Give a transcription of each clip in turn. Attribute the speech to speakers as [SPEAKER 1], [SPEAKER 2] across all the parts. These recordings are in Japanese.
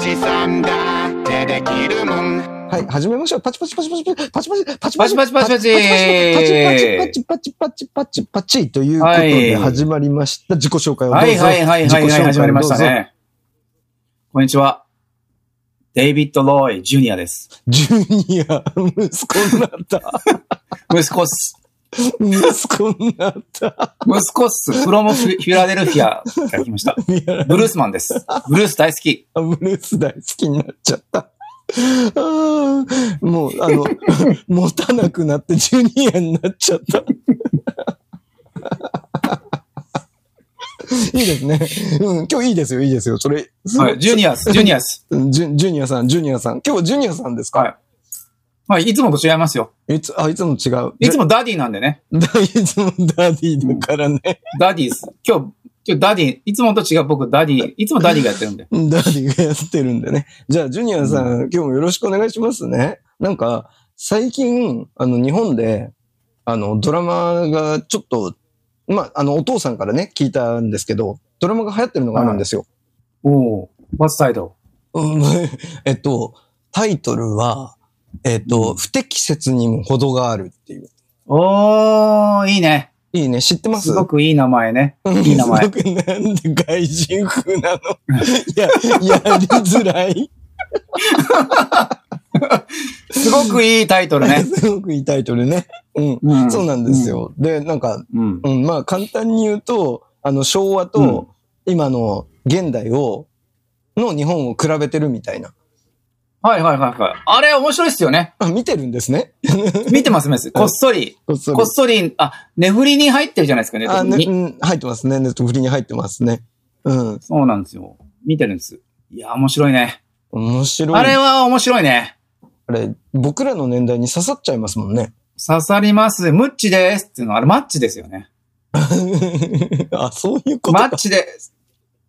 [SPEAKER 1] じさんだってできるもん
[SPEAKER 2] はい、始めましょう。パチパチパチパチパチパチパチ
[SPEAKER 3] パチパチパチパ
[SPEAKER 2] パチパチ
[SPEAKER 3] チ
[SPEAKER 2] パチパチパチパチパチパチということで始まりました。自己紹介をどうぞ。
[SPEAKER 3] はいはいはいはい、はい、
[SPEAKER 2] 自己紹介をどうぞ
[SPEAKER 3] 始まりました。ね。こんにちは。デイビッド・ロイ・ジュニアです。
[SPEAKER 2] ジュニア、息子になった。
[SPEAKER 3] 息子っす。
[SPEAKER 2] 息子になった。
[SPEAKER 3] 息子っす。フロムフィラデルフィアから来ました。
[SPEAKER 2] いや
[SPEAKER 3] ブルースマンです。ブルース大好き。
[SPEAKER 2] あブルース大好きになっちゃった。あーもう、あ の、持たなくなってジュニアになっちゃった。 いいですね。うん、今日いいですよ、いいですよ。それ、
[SPEAKER 3] はい、ジュニアっす。ジュニアっす。
[SPEAKER 2] うんジュジュニアさん、ジュニアさん。今日はジュニアさんですか、
[SPEAKER 3] はまあ、いつもと違いますよ。
[SPEAKER 2] い、つ、あ、いつも違う。
[SPEAKER 3] いつ
[SPEAKER 2] も、
[SPEAKER 3] もダディなんでね。
[SPEAKER 2] いつもダディだからね。
[SPEAKER 3] ダディっす。今日、今日ダディ、いつもと違う僕ダディ、いつもダディがやってるんで。
[SPEAKER 2] ダディがやってるんでね。じゃあ、ジュニアさん、今日もよろしくお願いしますね。なんか、最近、あの、日本で、あの、ドラマがちょっと、まあ、あの、お父さんからね、聞いたんですけど、ドラマが流行ってるのがあるんですよ。
[SPEAKER 3] おー、What's title?
[SPEAKER 2] うん、 えっと、タイトルは、えっと、不適切にも程があるっていう。
[SPEAKER 3] おー、いいね。
[SPEAKER 2] いいね、知ってます
[SPEAKER 3] すごくいい名前ね。いい名前
[SPEAKER 2] す ごくなんで外人風なのいや、やりづらい。
[SPEAKER 3] すごくいいタイトル ね。
[SPEAKER 2] すごくいいタイトルね。うん。
[SPEAKER 3] うん
[SPEAKER 2] そうなんです。よ。で、なんか、
[SPEAKER 3] うん。
[SPEAKER 2] うん、まあ簡単に言うと、あの昭和と今の現代を、の日本を比べてるみたいな。
[SPEAKER 3] はいはいはいはい。あれ面白いっすよね。
[SPEAKER 2] あ、見てるんですね。
[SPEAKER 3] 見てます見てます。こっそり、
[SPEAKER 2] こっそり
[SPEAKER 3] こっそり、あ、寝振りに入ってるじゃないですかね。
[SPEAKER 2] あ、
[SPEAKER 3] 特
[SPEAKER 2] ね、
[SPEAKER 3] に
[SPEAKER 2] うん、入ってますね。ネットフリに入ってますね。うん。
[SPEAKER 3] そうなんですよ。見てるんです。いや、面白いね。
[SPEAKER 2] 面白い。
[SPEAKER 3] あれは面白いね。
[SPEAKER 2] あれ僕らの年代に刺さっちゃいますもんね。
[SPEAKER 3] 刺さります。ムッチですっていうのは、あれマッチですよね。
[SPEAKER 2] あ、そういうこと
[SPEAKER 3] マ
[SPEAKER 2] か。
[SPEAKER 3] ッチです。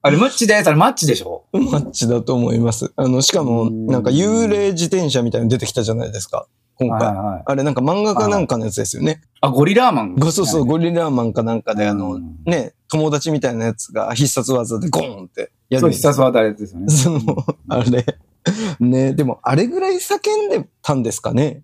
[SPEAKER 3] あれムッチです。あれマッチでしょ
[SPEAKER 2] マッチだと思います。あの、しかも、
[SPEAKER 3] うん
[SPEAKER 2] なんか幽霊自転車みたいなの出てきたじゃないですか。今
[SPEAKER 3] はい
[SPEAKER 2] 回。
[SPEAKER 3] はい。
[SPEAKER 2] あれなんか漫画かなんかのやつですよね。
[SPEAKER 3] あ、ゴリラーマン。
[SPEAKER 2] ごそうそう、
[SPEAKER 3] ゴ
[SPEAKER 2] ゴリラーマンかなんかで、あの、ね、友達みたいなやつが必殺技でゴーンってやる
[SPEAKER 3] そ
[SPEAKER 2] ん
[SPEAKER 3] う、
[SPEAKER 2] で
[SPEAKER 3] 必
[SPEAKER 2] すよ
[SPEAKER 3] 殺技ですよね。
[SPEAKER 2] その、あれ。 ね、でも、あれぐらい叫んでたんですかね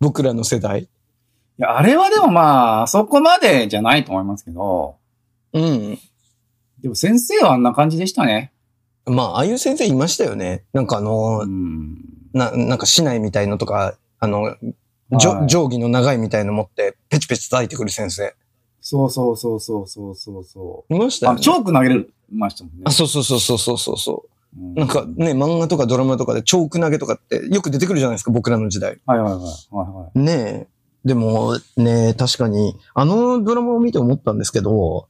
[SPEAKER 2] 僕らの世代。
[SPEAKER 3] いや、あれはでもまあ、そこまでじゃないと思いますけど、
[SPEAKER 2] うん。
[SPEAKER 3] でも先生はあんな感じでしたね。
[SPEAKER 2] まあ、ああいう先生いましたよね。なんかあの、
[SPEAKER 3] うん。
[SPEAKER 2] な、なんか市内みたいのとか、あの、じ
[SPEAKER 3] は
[SPEAKER 2] ょ
[SPEAKER 3] い
[SPEAKER 2] 定規の長いみたいの持って、ペチペチ叩いてくる先生。
[SPEAKER 3] そうそうそうそうそうそうそ
[SPEAKER 2] いまし
[SPEAKER 3] う。
[SPEAKER 2] たよ
[SPEAKER 3] あ、
[SPEAKER 2] ね
[SPEAKER 3] チ。ョーク投げれましたもんね
[SPEAKER 2] あ、。そうそうそうそうそうそうそうう。なんかね、漫画とかドラマとかでチョーク投げとかってよく出てくるじゃないですか、僕らの時代。
[SPEAKER 3] はいはいはい。はいはい、
[SPEAKER 2] ねえ。でもね、確かに、あのドラマを見て思ったんですけど、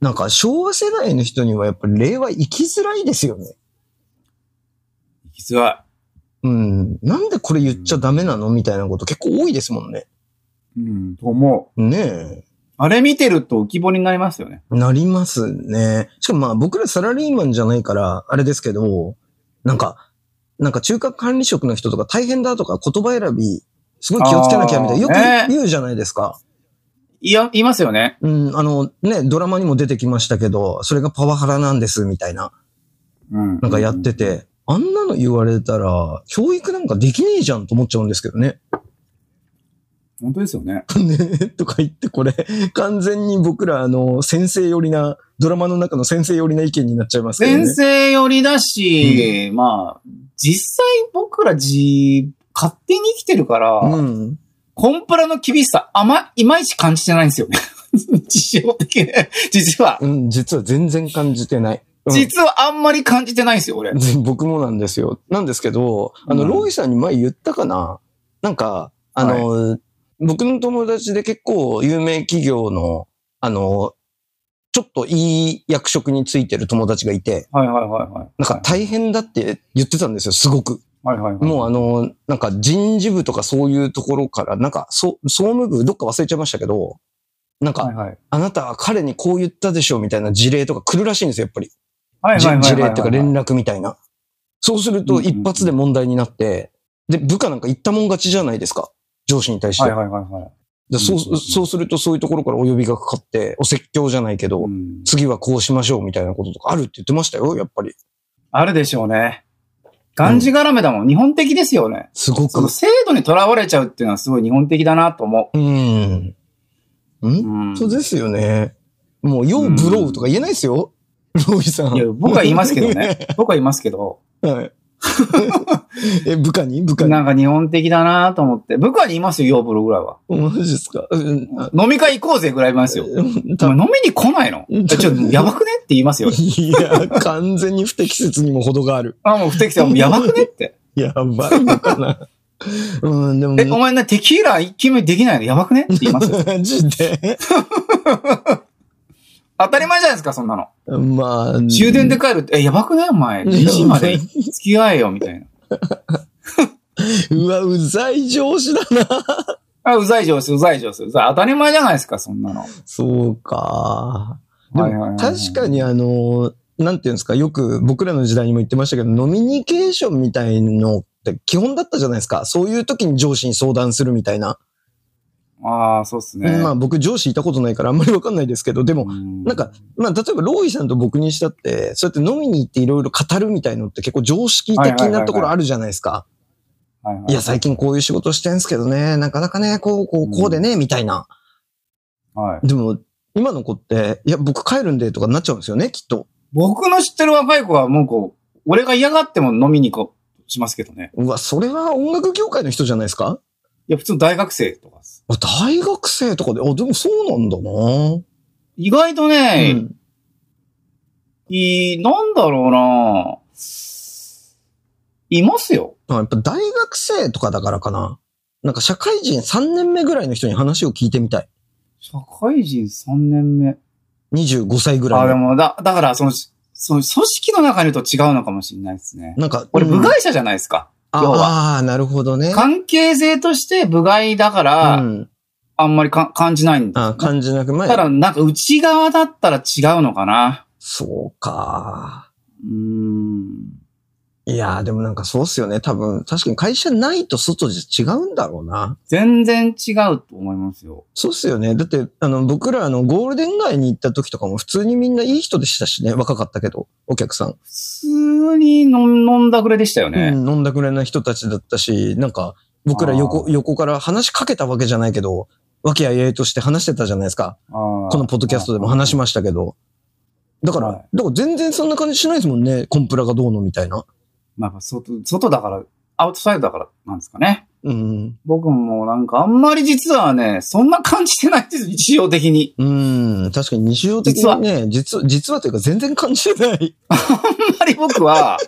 [SPEAKER 2] なんか昭和世代の人にはやっぱり令和生きづらいですよね。
[SPEAKER 3] 実は、
[SPEAKER 2] うん。なんでこれ言っちゃダメなのみたいなこと結構多いですもんね。
[SPEAKER 3] うん、と思う。
[SPEAKER 2] ねえ。
[SPEAKER 3] あれ見てると浮き彫りになりますよね。
[SPEAKER 2] なりますね。しかもまあ僕らサラリーマンじゃないから、あれですけど、なんか、なんか中核管理職の人とか大変だとか言葉選び、すごい気をつけなきゃみたいな、よ
[SPEAKER 3] あーね
[SPEAKER 2] く言うじゃないですか。
[SPEAKER 3] いや、いますよね。
[SPEAKER 2] うん、あのね、ドラマにも出てきましたけど、それがパワハラなんですみたいな、
[SPEAKER 3] うん。
[SPEAKER 2] なんかやってて、あんなの言われたら、教育なんかできねえじゃんと思っちゃうんですけどね。
[SPEAKER 3] 本当ですよね。
[SPEAKER 2] ねとか言って、これ、完全に僕ら、あの、先生寄りな、ドラマの中の先生寄りな意見になっちゃいますけどね。
[SPEAKER 3] 先生寄りだし、まあ、実際僕らじ、勝手に生きてるから、
[SPEAKER 2] うん。
[SPEAKER 3] コンプラの厳しさ、あま、いまいち感じてないんですよね。 事情的に。実は。
[SPEAKER 2] うん、実は全然感じてない。うん
[SPEAKER 3] 実はあんまり感じてないんですよ、俺。
[SPEAKER 2] 僕もなんですよ。なんですけど、あの、
[SPEAKER 3] うん
[SPEAKER 2] ロイさんに前言ったかななんか、あの、僕の友達で結構有名企業の、あの、ちょっといい役職についてる友達がいて、
[SPEAKER 3] はいはいはいはい。
[SPEAKER 2] なんか大変だって言ってたんですよ、すごく。
[SPEAKER 3] はいはいはい。
[SPEAKER 2] もうあの、なんか人事部とかそういうところから、なんか、そ総務部、どっか忘れちゃいましたけど、なんか、
[SPEAKER 3] はいはい。
[SPEAKER 2] あなたは彼にこう言ったでしょみたいな事例とか来るらしいんですよ、やっぱり。
[SPEAKER 3] はいはい
[SPEAKER 2] じ
[SPEAKER 3] はいはいはい。
[SPEAKER 2] 事例っていうか連絡みたいな。そうする
[SPEAKER 3] う
[SPEAKER 2] と
[SPEAKER 3] んうんうん
[SPEAKER 2] 一発で問題になって、で、部下なんか言ったもん勝ちじゃないですか。上司に対して。
[SPEAKER 3] はいはいはいはい。
[SPEAKER 2] でそう
[SPEAKER 3] うんうんうん
[SPEAKER 2] そうするとそういうところからお呼びがかかって、お説教じゃないけど、
[SPEAKER 3] うん
[SPEAKER 2] 次はこうしましょうみたいなこととかあるって言ってましたよ、やっぱり。
[SPEAKER 3] あるでしょうね。がんじがらめだもん。日本的ですよね。
[SPEAKER 2] すご
[SPEAKER 3] そ
[SPEAKER 2] く
[SPEAKER 3] の。制度にとらわれちゃうっていうのはすごい日本的だなと思
[SPEAKER 2] うん。
[SPEAKER 3] う。
[SPEAKER 2] ん
[SPEAKER 3] うん。
[SPEAKER 2] そうですよね。もう、ようブローとか言えないですよ。ロイさん。
[SPEAKER 3] いや、僕は言いますけどね。僕は言いますけど。
[SPEAKER 2] はい。え、部下に部下に。
[SPEAKER 3] なんか日本的だなと思って。僕は言いますよ、ヨーブロぐらいは。
[SPEAKER 2] マジですかうんあ
[SPEAKER 3] 飲み会行こうぜぐらい言いますよ。お
[SPEAKER 2] た
[SPEAKER 3] 前飲みに来ないの
[SPEAKER 2] うん
[SPEAKER 3] ちょっとやばくねって言いますよ。
[SPEAKER 2] いや、完全に不適切にも程がある。
[SPEAKER 3] あ、もう不適切もうやばくねって。
[SPEAKER 2] やばいのかな。うん、でも、
[SPEAKER 3] え、お前な、テキーラ一気目できないのやばくねって言いますよ。
[SPEAKER 2] マジで。
[SPEAKER 3] 当たり前じゃないですか、そんなの。
[SPEAKER 2] まあ、
[SPEAKER 3] 終電で帰るって、え、やばくないお前。2時まで付き合えよ、みたいな。
[SPEAKER 2] うわ、うざい上司だな。
[SPEAKER 3] あ、うざい上司、うざい上司、うざい。当たり前じゃないですか、そんなの。
[SPEAKER 2] そうか。で
[SPEAKER 3] はいはいはい
[SPEAKER 2] も、
[SPEAKER 3] はい
[SPEAKER 2] 確かにあの、なんていうんですか、よく僕らの時代にも言ってましたけど、ノミニケーションみたいのって基本だったじゃないですか。そういう時に上司に相談するみたいな。
[SPEAKER 3] ああ、そうっすね。
[SPEAKER 2] まあ僕上司いたことないからあんまりわかんないですけど、でも、な
[SPEAKER 3] な
[SPEAKER 2] んか、まあ、例えば、ローイさんと僕にしたって、そうやって飲みに行っていろいろ語るみたいのって結構常識
[SPEAKER 3] はいはい
[SPEAKER 2] 的
[SPEAKER 3] はいは
[SPEAKER 2] ないところあるじゃないですか。
[SPEAKER 3] はいはい
[SPEAKER 2] や、最近こういう仕事してんすけどね、なかなかね、こう、こう、こうでね、みたいな。
[SPEAKER 3] はい。
[SPEAKER 2] でも、今の子って、いや、僕帰るんで、とかなっちゃうんですよね、きっと。
[SPEAKER 3] 僕の知ってる若い子はもうこう、俺が嫌がっても飲みに行こう、しますけどね。
[SPEAKER 2] うわ、それは音楽業界の人じゃないですか
[SPEAKER 3] いや、普通の大学生とかです。
[SPEAKER 2] あ大学生とかで、あ、でもそうなんだな、
[SPEAKER 3] 意外とね、
[SPEAKER 2] うん
[SPEAKER 3] いい、なんだろうないますよ。
[SPEAKER 2] まあやっぱ大学生とかだからかな。なんか社会人3年目ぐらいの人に話を聞いてみたい。
[SPEAKER 3] 社会人3年目。
[SPEAKER 2] 25歳ぐらい
[SPEAKER 3] あ、
[SPEAKER 2] の
[SPEAKER 3] でも、だ、だから、その、その組織の中にいると違うのかもしれないですね。
[SPEAKER 2] なんか、
[SPEAKER 3] 俺、
[SPEAKER 2] うん
[SPEAKER 3] 部外者じゃないですか。要は
[SPEAKER 2] ああー、なるほどね。
[SPEAKER 3] 関係性として部外だから、
[SPEAKER 2] うん、
[SPEAKER 3] あんまりか感じないんだ。
[SPEAKER 2] あ感じなく前
[SPEAKER 3] た。だ、なんか内側だったら違うのかな。
[SPEAKER 2] そうか。
[SPEAKER 3] うーん。
[SPEAKER 2] いやー、でもなんかそうっすよね。多分、確かに会社ないと外じゃ違うんだろうな。
[SPEAKER 3] 全然違うと思いますよ。
[SPEAKER 2] そうっすよね。だって、あの、僕らあの、ゴールデン街に行った時とかも普通にみんないい人でしたしね。若かったけど、お客さん。
[SPEAKER 3] 普通に飲ん飲んだくれでしたよね。
[SPEAKER 2] うん、飲んだくれない人たちだったし、なんか、僕ら横
[SPEAKER 3] あ、
[SPEAKER 2] 横から話しかけたわけじゃないけど、和気あいあいとして話してたじゃないですか。
[SPEAKER 3] こ
[SPEAKER 2] このポッドキャストでも話しましたけど。だから、
[SPEAKER 3] はい
[SPEAKER 2] だから全然そんな感じしないですもんね。コンプラがどうのみたいな。
[SPEAKER 3] まあ、やっぱ外、外だから、アウトサイドだからなんですかね。
[SPEAKER 2] うん。
[SPEAKER 3] 僕もなんかあんまり実はね、そんな感じてないです、日常的に。
[SPEAKER 2] うん。確かに日常的にね、実は、実はというか全然感じてない。
[SPEAKER 3] あんまり僕は、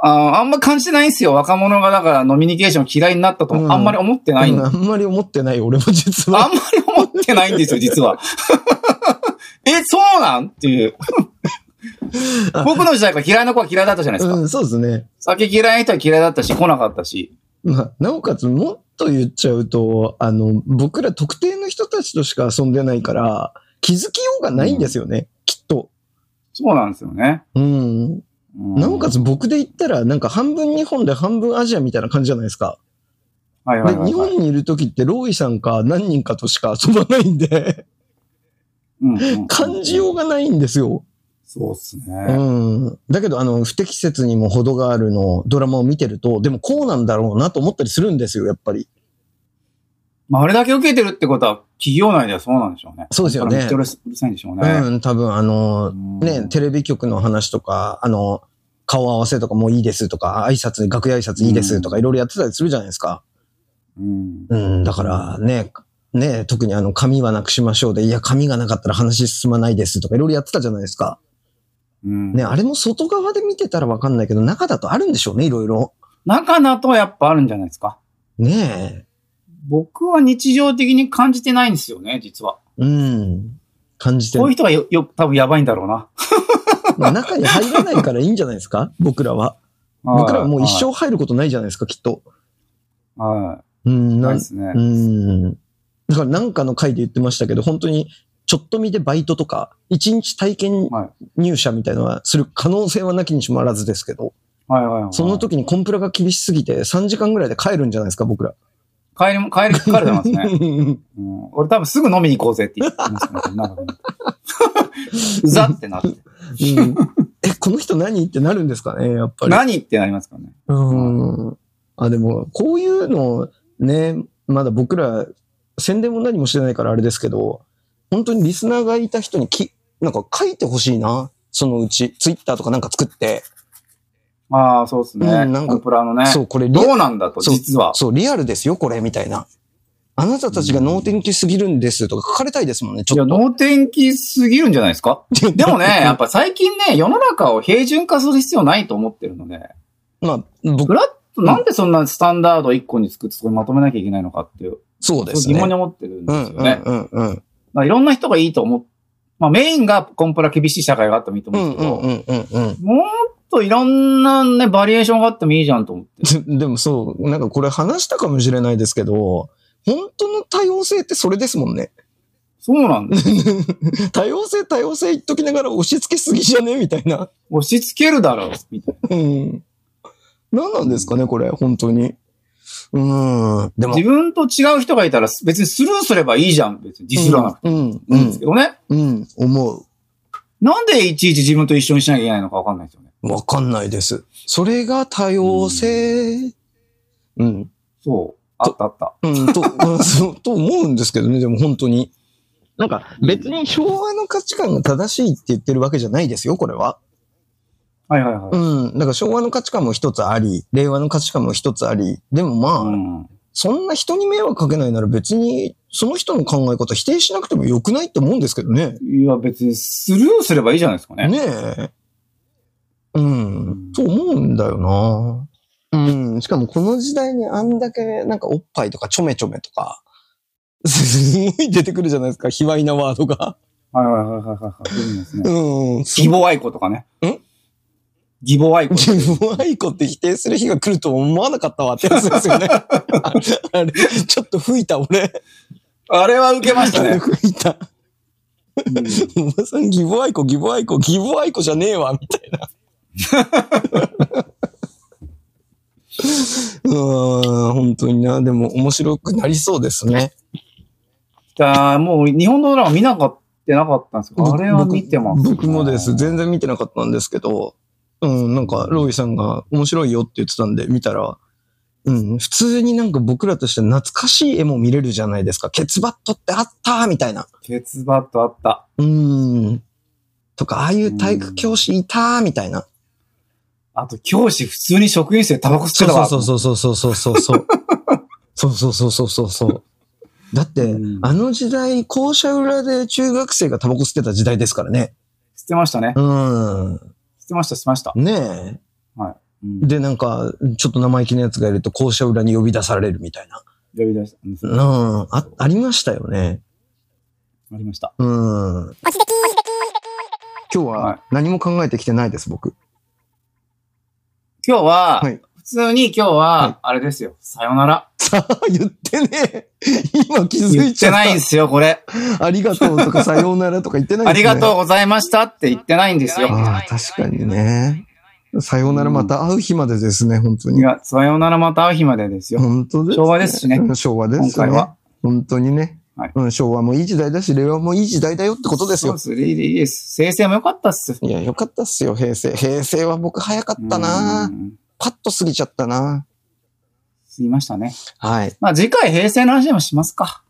[SPEAKER 3] ああんま感じてないんですよ。若者がだからノミニケーション嫌いになったと
[SPEAKER 2] うん
[SPEAKER 3] も、あんまり思ってない、
[SPEAKER 2] うん
[SPEAKER 3] あ
[SPEAKER 2] あ
[SPEAKER 3] ん
[SPEAKER 2] んまり思ってない俺も実
[SPEAKER 3] ま
[SPEAKER 2] は。
[SPEAKER 3] り思ってないんですよ、実は。 え、そうなんって いう。僕の時代から嫌いな子は嫌いだったじゃないですか。
[SPEAKER 2] うん、そうですね。
[SPEAKER 3] 酒嫌いな人は嫌いだったし、来なかったし。
[SPEAKER 2] まあ、なおかつもっと言っちゃうと、あの、僕ら特定の人たちとしか遊んでないから、気づきようがないんですよね。きっと。
[SPEAKER 3] そうなんですよね。
[SPEAKER 2] うん。
[SPEAKER 3] うん
[SPEAKER 2] なおかつ僕で言ったら、なんか半分日本で半分アジアみたいな感じじゃないですか。
[SPEAKER 3] はいはい
[SPEAKER 2] で、
[SPEAKER 3] はい、
[SPEAKER 2] 日
[SPEAKER 3] はい
[SPEAKER 2] 本にいる時って、ローイさんか何人かとしか遊ばないんで、
[SPEAKER 3] うんうん。
[SPEAKER 2] 感じようがないんですよ。
[SPEAKER 3] そうっすね。
[SPEAKER 2] うん。だけど、あの、不適切にも程があるの、ドラマを見てると、でもこうなんだろうなと思ったりするんですよ、やっぱり。
[SPEAKER 3] まあ、あれだけ受けてるってことは、企業内ではそうなんでしょうね。
[SPEAKER 2] そうですよね
[SPEAKER 3] だからめっちゃうるさいんでしょうね。
[SPEAKER 2] うん、多分、あの、
[SPEAKER 3] う
[SPEAKER 2] ね、
[SPEAKER 3] ん
[SPEAKER 2] テレビ局の話とか、あの、顔合わせとかもいいですとか、挨拶、楽屋挨拶いいですとか、いろいろやってたりするじゃないですか。
[SPEAKER 3] うん。
[SPEAKER 2] うん、だからね、ね、特にあの、髪はなくしましょうで、いや、髪がなかったら話進まないですとか、いろいろやってたじゃないですか。
[SPEAKER 3] うん
[SPEAKER 2] ね、あれも外側で見てたらわかんないけど、中だとあるんでしょうね、いろいろ。
[SPEAKER 3] 中だとやっぱあるんじゃないですか。
[SPEAKER 2] ね
[SPEAKER 3] 僕は日常的に感じてないんですよね、実は。
[SPEAKER 2] え。うん。感じて
[SPEAKER 3] こういう
[SPEAKER 2] る。
[SPEAKER 3] 人がよ、よ、多分やばいんだろうな。
[SPEAKER 2] まあ中に入らないからいいんじゃないです か僕らは。 僕らはもう一生入ることないじゃないですか、きっと。
[SPEAKER 3] 生。は
[SPEAKER 2] うん、
[SPEAKER 3] い。な
[SPEAKER 2] ないん
[SPEAKER 3] ですね。
[SPEAKER 2] うん。だからなんかの回で言ってましたけど、本当に、ちょっと見でバイトとか、一日体験
[SPEAKER 3] は
[SPEAKER 2] 入社みたいなのはする可能性はなきにしもあらずですけど、
[SPEAKER 3] はいはいはい。
[SPEAKER 2] その。時にコンプラが厳しすぎて3時間ぐらいで帰るんじゃないですか、僕ら。
[SPEAKER 3] 帰りも、帰り、帰れてま すね。
[SPEAKER 2] う
[SPEAKER 3] うん俺多分すぐ飲みに 行こうぜって言ってますね。なんかねうざってなって。
[SPEAKER 2] んえ、この人何ってなるんですかね、やっぱり。
[SPEAKER 3] 何ってなりますからね。
[SPEAKER 2] うん。あ、でも、こういうの、ね、まだ僕ら、宣伝も何もしてないからあれですけど、本当にリスナーがいた人にき、なんか書いてほしいな。そのうち、ツイッターとかなんか作って、
[SPEAKER 3] ああ、そうですね。
[SPEAKER 2] うんなんか
[SPEAKER 3] コンプラのね。
[SPEAKER 2] そう、これリア
[SPEAKER 3] どうなんだと、
[SPEAKER 2] そう
[SPEAKER 3] 実は。
[SPEAKER 2] そう、リアルですよ、これ、みたいな。あなたたちが能天気すぎるんですとか書かれたいですもんね、ち
[SPEAKER 3] い
[SPEAKER 2] ょ
[SPEAKER 3] や、
[SPEAKER 2] っと。
[SPEAKER 3] 能天気すぎるんじゃないです かでもね、やっぱ最近ね、世の中を平準化する必要ないと思ってるので、
[SPEAKER 2] まあ、僕
[SPEAKER 3] フ、ラット、なんでそんなスタンダード1個に作ってそこにまとめなきゃいけないのかっていう、
[SPEAKER 2] そうです
[SPEAKER 3] 疑
[SPEAKER 2] ね。
[SPEAKER 3] 問に思ってるん
[SPEAKER 2] う
[SPEAKER 3] で
[SPEAKER 2] ん、
[SPEAKER 3] す
[SPEAKER 2] う
[SPEAKER 3] よ
[SPEAKER 2] ん、
[SPEAKER 3] ね。
[SPEAKER 2] うん、うん。
[SPEAKER 3] まあいろんな人がいいと思う。まあメインがコンプラ厳しい社会があってもいいと
[SPEAKER 2] う
[SPEAKER 3] 思うん
[SPEAKER 2] ん、
[SPEAKER 3] です
[SPEAKER 2] う
[SPEAKER 3] けど、
[SPEAKER 2] ん、うん、うんうん。
[SPEAKER 3] もっといろんなね、バリエーションがあってもいいじゃんと思って。
[SPEAKER 2] ででもそう、なんかこれ話したかもしれないですけど、本当の多様性ってそれですもんね。
[SPEAKER 3] そうなんだ。
[SPEAKER 2] 多様性、多様性言っときながら押し付けすぎじゃねみたいな。
[SPEAKER 3] 押し付けるだろう、みたいな。
[SPEAKER 2] うん。何なんですかね、これ、本当に。うん。でも
[SPEAKER 3] 自、分と違う人がいたら別にスルーすればいいじゃん、別に。ディスらなくて
[SPEAKER 2] うん、
[SPEAKER 3] も
[SPEAKER 2] う
[SPEAKER 3] いいんです
[SPEAKER 2] ん
[SPEAKER 3] け、どね。
[SPEAKER 2] うん、思う。
[SPEAKER 3] なんでいちいち自分と一緒にしなきゃいけないのかわかんないですよね。
[SPEAKER 2] わかんないです。それが多様性。うん。
[SPEAKER 3] そう。あったあった。
[SPEAKER 2] うん、と、 うんそう、と思うんですけどね、でも本当に。なんか、別に昭和の価値観が正しいって言ってるわけじゃないですよ、これは。
[SPEAKER 3] はいはいはい。
[SPEAKER 2] うん。だから昭和の価値観も一つあり、令和の価値観も一つあり。でもまあ、
[SPEAKER 3] うん
[SPEAKER 2] そんな人に迷惑かけないなら別に、その人の考え方否定しなくてもよくないって思うんですけどね。
[SPEAKER 3] いや、別にスルーすればいいじゃないですかね。
[SPEAKER 2] ねえ。うん、と思うんだよな。うん、しかもこの時代にあんだけなんかおっぱいとかちょめちょめとか、 すごい出てくるじゃないですか、卑猥なワードが。
[SPEAKER 3] はいはいはいはいはい。そうですね。
[SPEAKER 2] うん、す
[SPEAKER 3] 義母愛子とかね。
[SPEAKER 2] ん
[SPEAKER 3] 義母愛子。
[SPEAKER 2] 自分愛子って否定する日が来ると思わなかったわってやつですよね。ああれ、ちょっと吹いた俺。
[SPEAKER 3] あれは受けましたね。
[SPEAKER 2] 吹いた。
[SPEAKER 3] うん
[SPEAKER 2] おばさん、義母愛子、義母愛子、義母愛子じゃねえわ、みたいな。 うーん、本当にな。でも、面白くなりそうですね。
[SPEAKER 3] じゃあ、もう日本のドラマ見なかってなかったんですけど、あれは見てます、
[SPEAKER 2] 僕僕もです。。全然見てなかったんですけど、うん、なんか、ロイさんが面白いよって言ってたんで、見たら、うん、普通になんか僕らとして懐かしい絵も見れるじゃないですか。ケツバットってあったーみたいな。
[SPEAKER 3] ケツバットあった。
[SPEAKER 2] うーん。とか、ああいう体育教師いたーみたいな。
[SPEAKER 3] あと、教師普通に職員室でタバコ吸ってたわ。
[SPEAKER 2] そうそうそうそうそうそうそう そう。そうそうそうそうそうそう。だって、
[SPEAKER 3] うん
[SPEAKER 2] あの時代、校舎裏で中学生がタバコ吸ってた時代ですからね。
[SPEAKER 3] 吸ってましたね。
[SPEAKER 2] うん。
[SPEAKER 3] 吸ってました、吸ってました。
[SPEAKER 2] ねえ。
[SPEAKER 3] うん、
[SPEAKER 2] で、なんか、ちょっと生意気なやつがいると校舎裏に呼び出されるみたいな。
[SPEAKER 3] 呼び出した。うん
[SPEAKER 2] うん。あ、ありましたよね。
[SPEAKER 3] ありました。
[SPEAKER 2] うん。今日
[SPEAKER 3] はい
[SPEAKER 2] は何も考えてきてないです、僕。
[SPEAKER 3] 今日は、
[SPEAKER 2] はい
[SPEAKER 3] 普通に今
[SPEAKER 2] は
[SPEAKER 3] 日
[SPEAKER 2] い
[SPEAKER 3] は、あれですよ。さよなら。
[SPEAKER 2] さあ、言ってねえ。今気づ
[SPEAKER 3] 言
[SPEAKER 2] い
[SPEAKER 3] っ
[SPEAKER 2] ちゃった。
[SPEAKER 3] てないんですよ、これ。
[SPEAKER 2] ありがとうとかさようならとか言ってない
[SPEAKER 3] あ
[SPEAKER 2] です、
[SPEAKER 3] り
[SPEAKER 2] ね。
[SPEAKER 3] がとうございましたって言ってないんですよ。
[SPEAKER 2] ああ、確かにね。さようならまた会う日までですね、本当
[SPEAKER 3] い
[SPEAKER 2] に。
[SPEAKER 3] や、さようならまた会う日までですよ。
[SPEAKER 2] 本当です、
[SPEAKER 3] 昭和ですしね
[SPEAKER 2] うん昭和ですね。
[SPEAKER 3] 今回は。
[SPEAKER 2] 本当にね、
[SPEAKER 3] はい
[SPEAKER 2] うん。昭和もいい時代だし、令和もいい時代だよってことです
[SPEAKER 3] そう
[SPEAKER 2] よ
[SPEAKER 3] で。す。いいですいいです。生成も良かったっす。
[SPEAKER 2] いや、よかったっすよ、平成。平成は僕早かった
[SPEAKER 3] う
[SPEAKER 2] なんパッと過ぎちゃったな
[SPEAKER 3] すいましたね。
[SPEAKER 2] はい。
[SPEAKER 3] まあ次回平成の話でもしますか。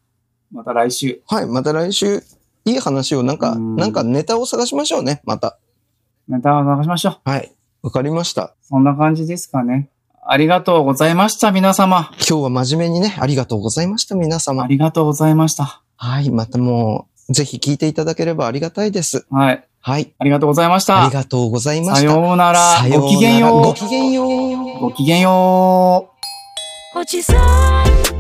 [SPEAKER 3] また来週。
[SPEAKER 2] はい、また来週、いい話を、なんか、
[SPEAKER 3] うん
[SPEAKER 2] なんかネタを探しましょうね、また。
[SPEAKER 3] ネタを探しましょう。
[SPEAKER 2] はい。わかりました。
[SPEAKER 3] そんな感じですかね。ありがとうございました、皆様。
[SPEAKER 2] 今日は真面目にね、ありがとうございました、皆
[SPEAKER 3] あ
[SPEAKER 2] 様。
[SPEAKER 3] りがとうございました。
[SPEAKER 2] はい、またもう、ぜひ聞いていただければありがたいです。
[SPEAKER 3] はい。
[SPEAKER 2] はい。
[SPEAKER 3] ありがとうございまし
[SPEAKER 2] あ
[SPEAKER 3] た
[SPEAKER 2] り。がとうございま
[SPEAKER 3] さ
[SPEAKER 2] した。
[SPEAKER 3] ようなら
[SPEAKER 2] さ。ようなら
[SPEAKER 3] ごきげんよ
[SPEAKER 2] ご
[SPEAKER 3] う
[SPEAKER 2] きげんよう。
[SPEAKER 3] ごきげんよう。
[SPEAKER 4] おじさん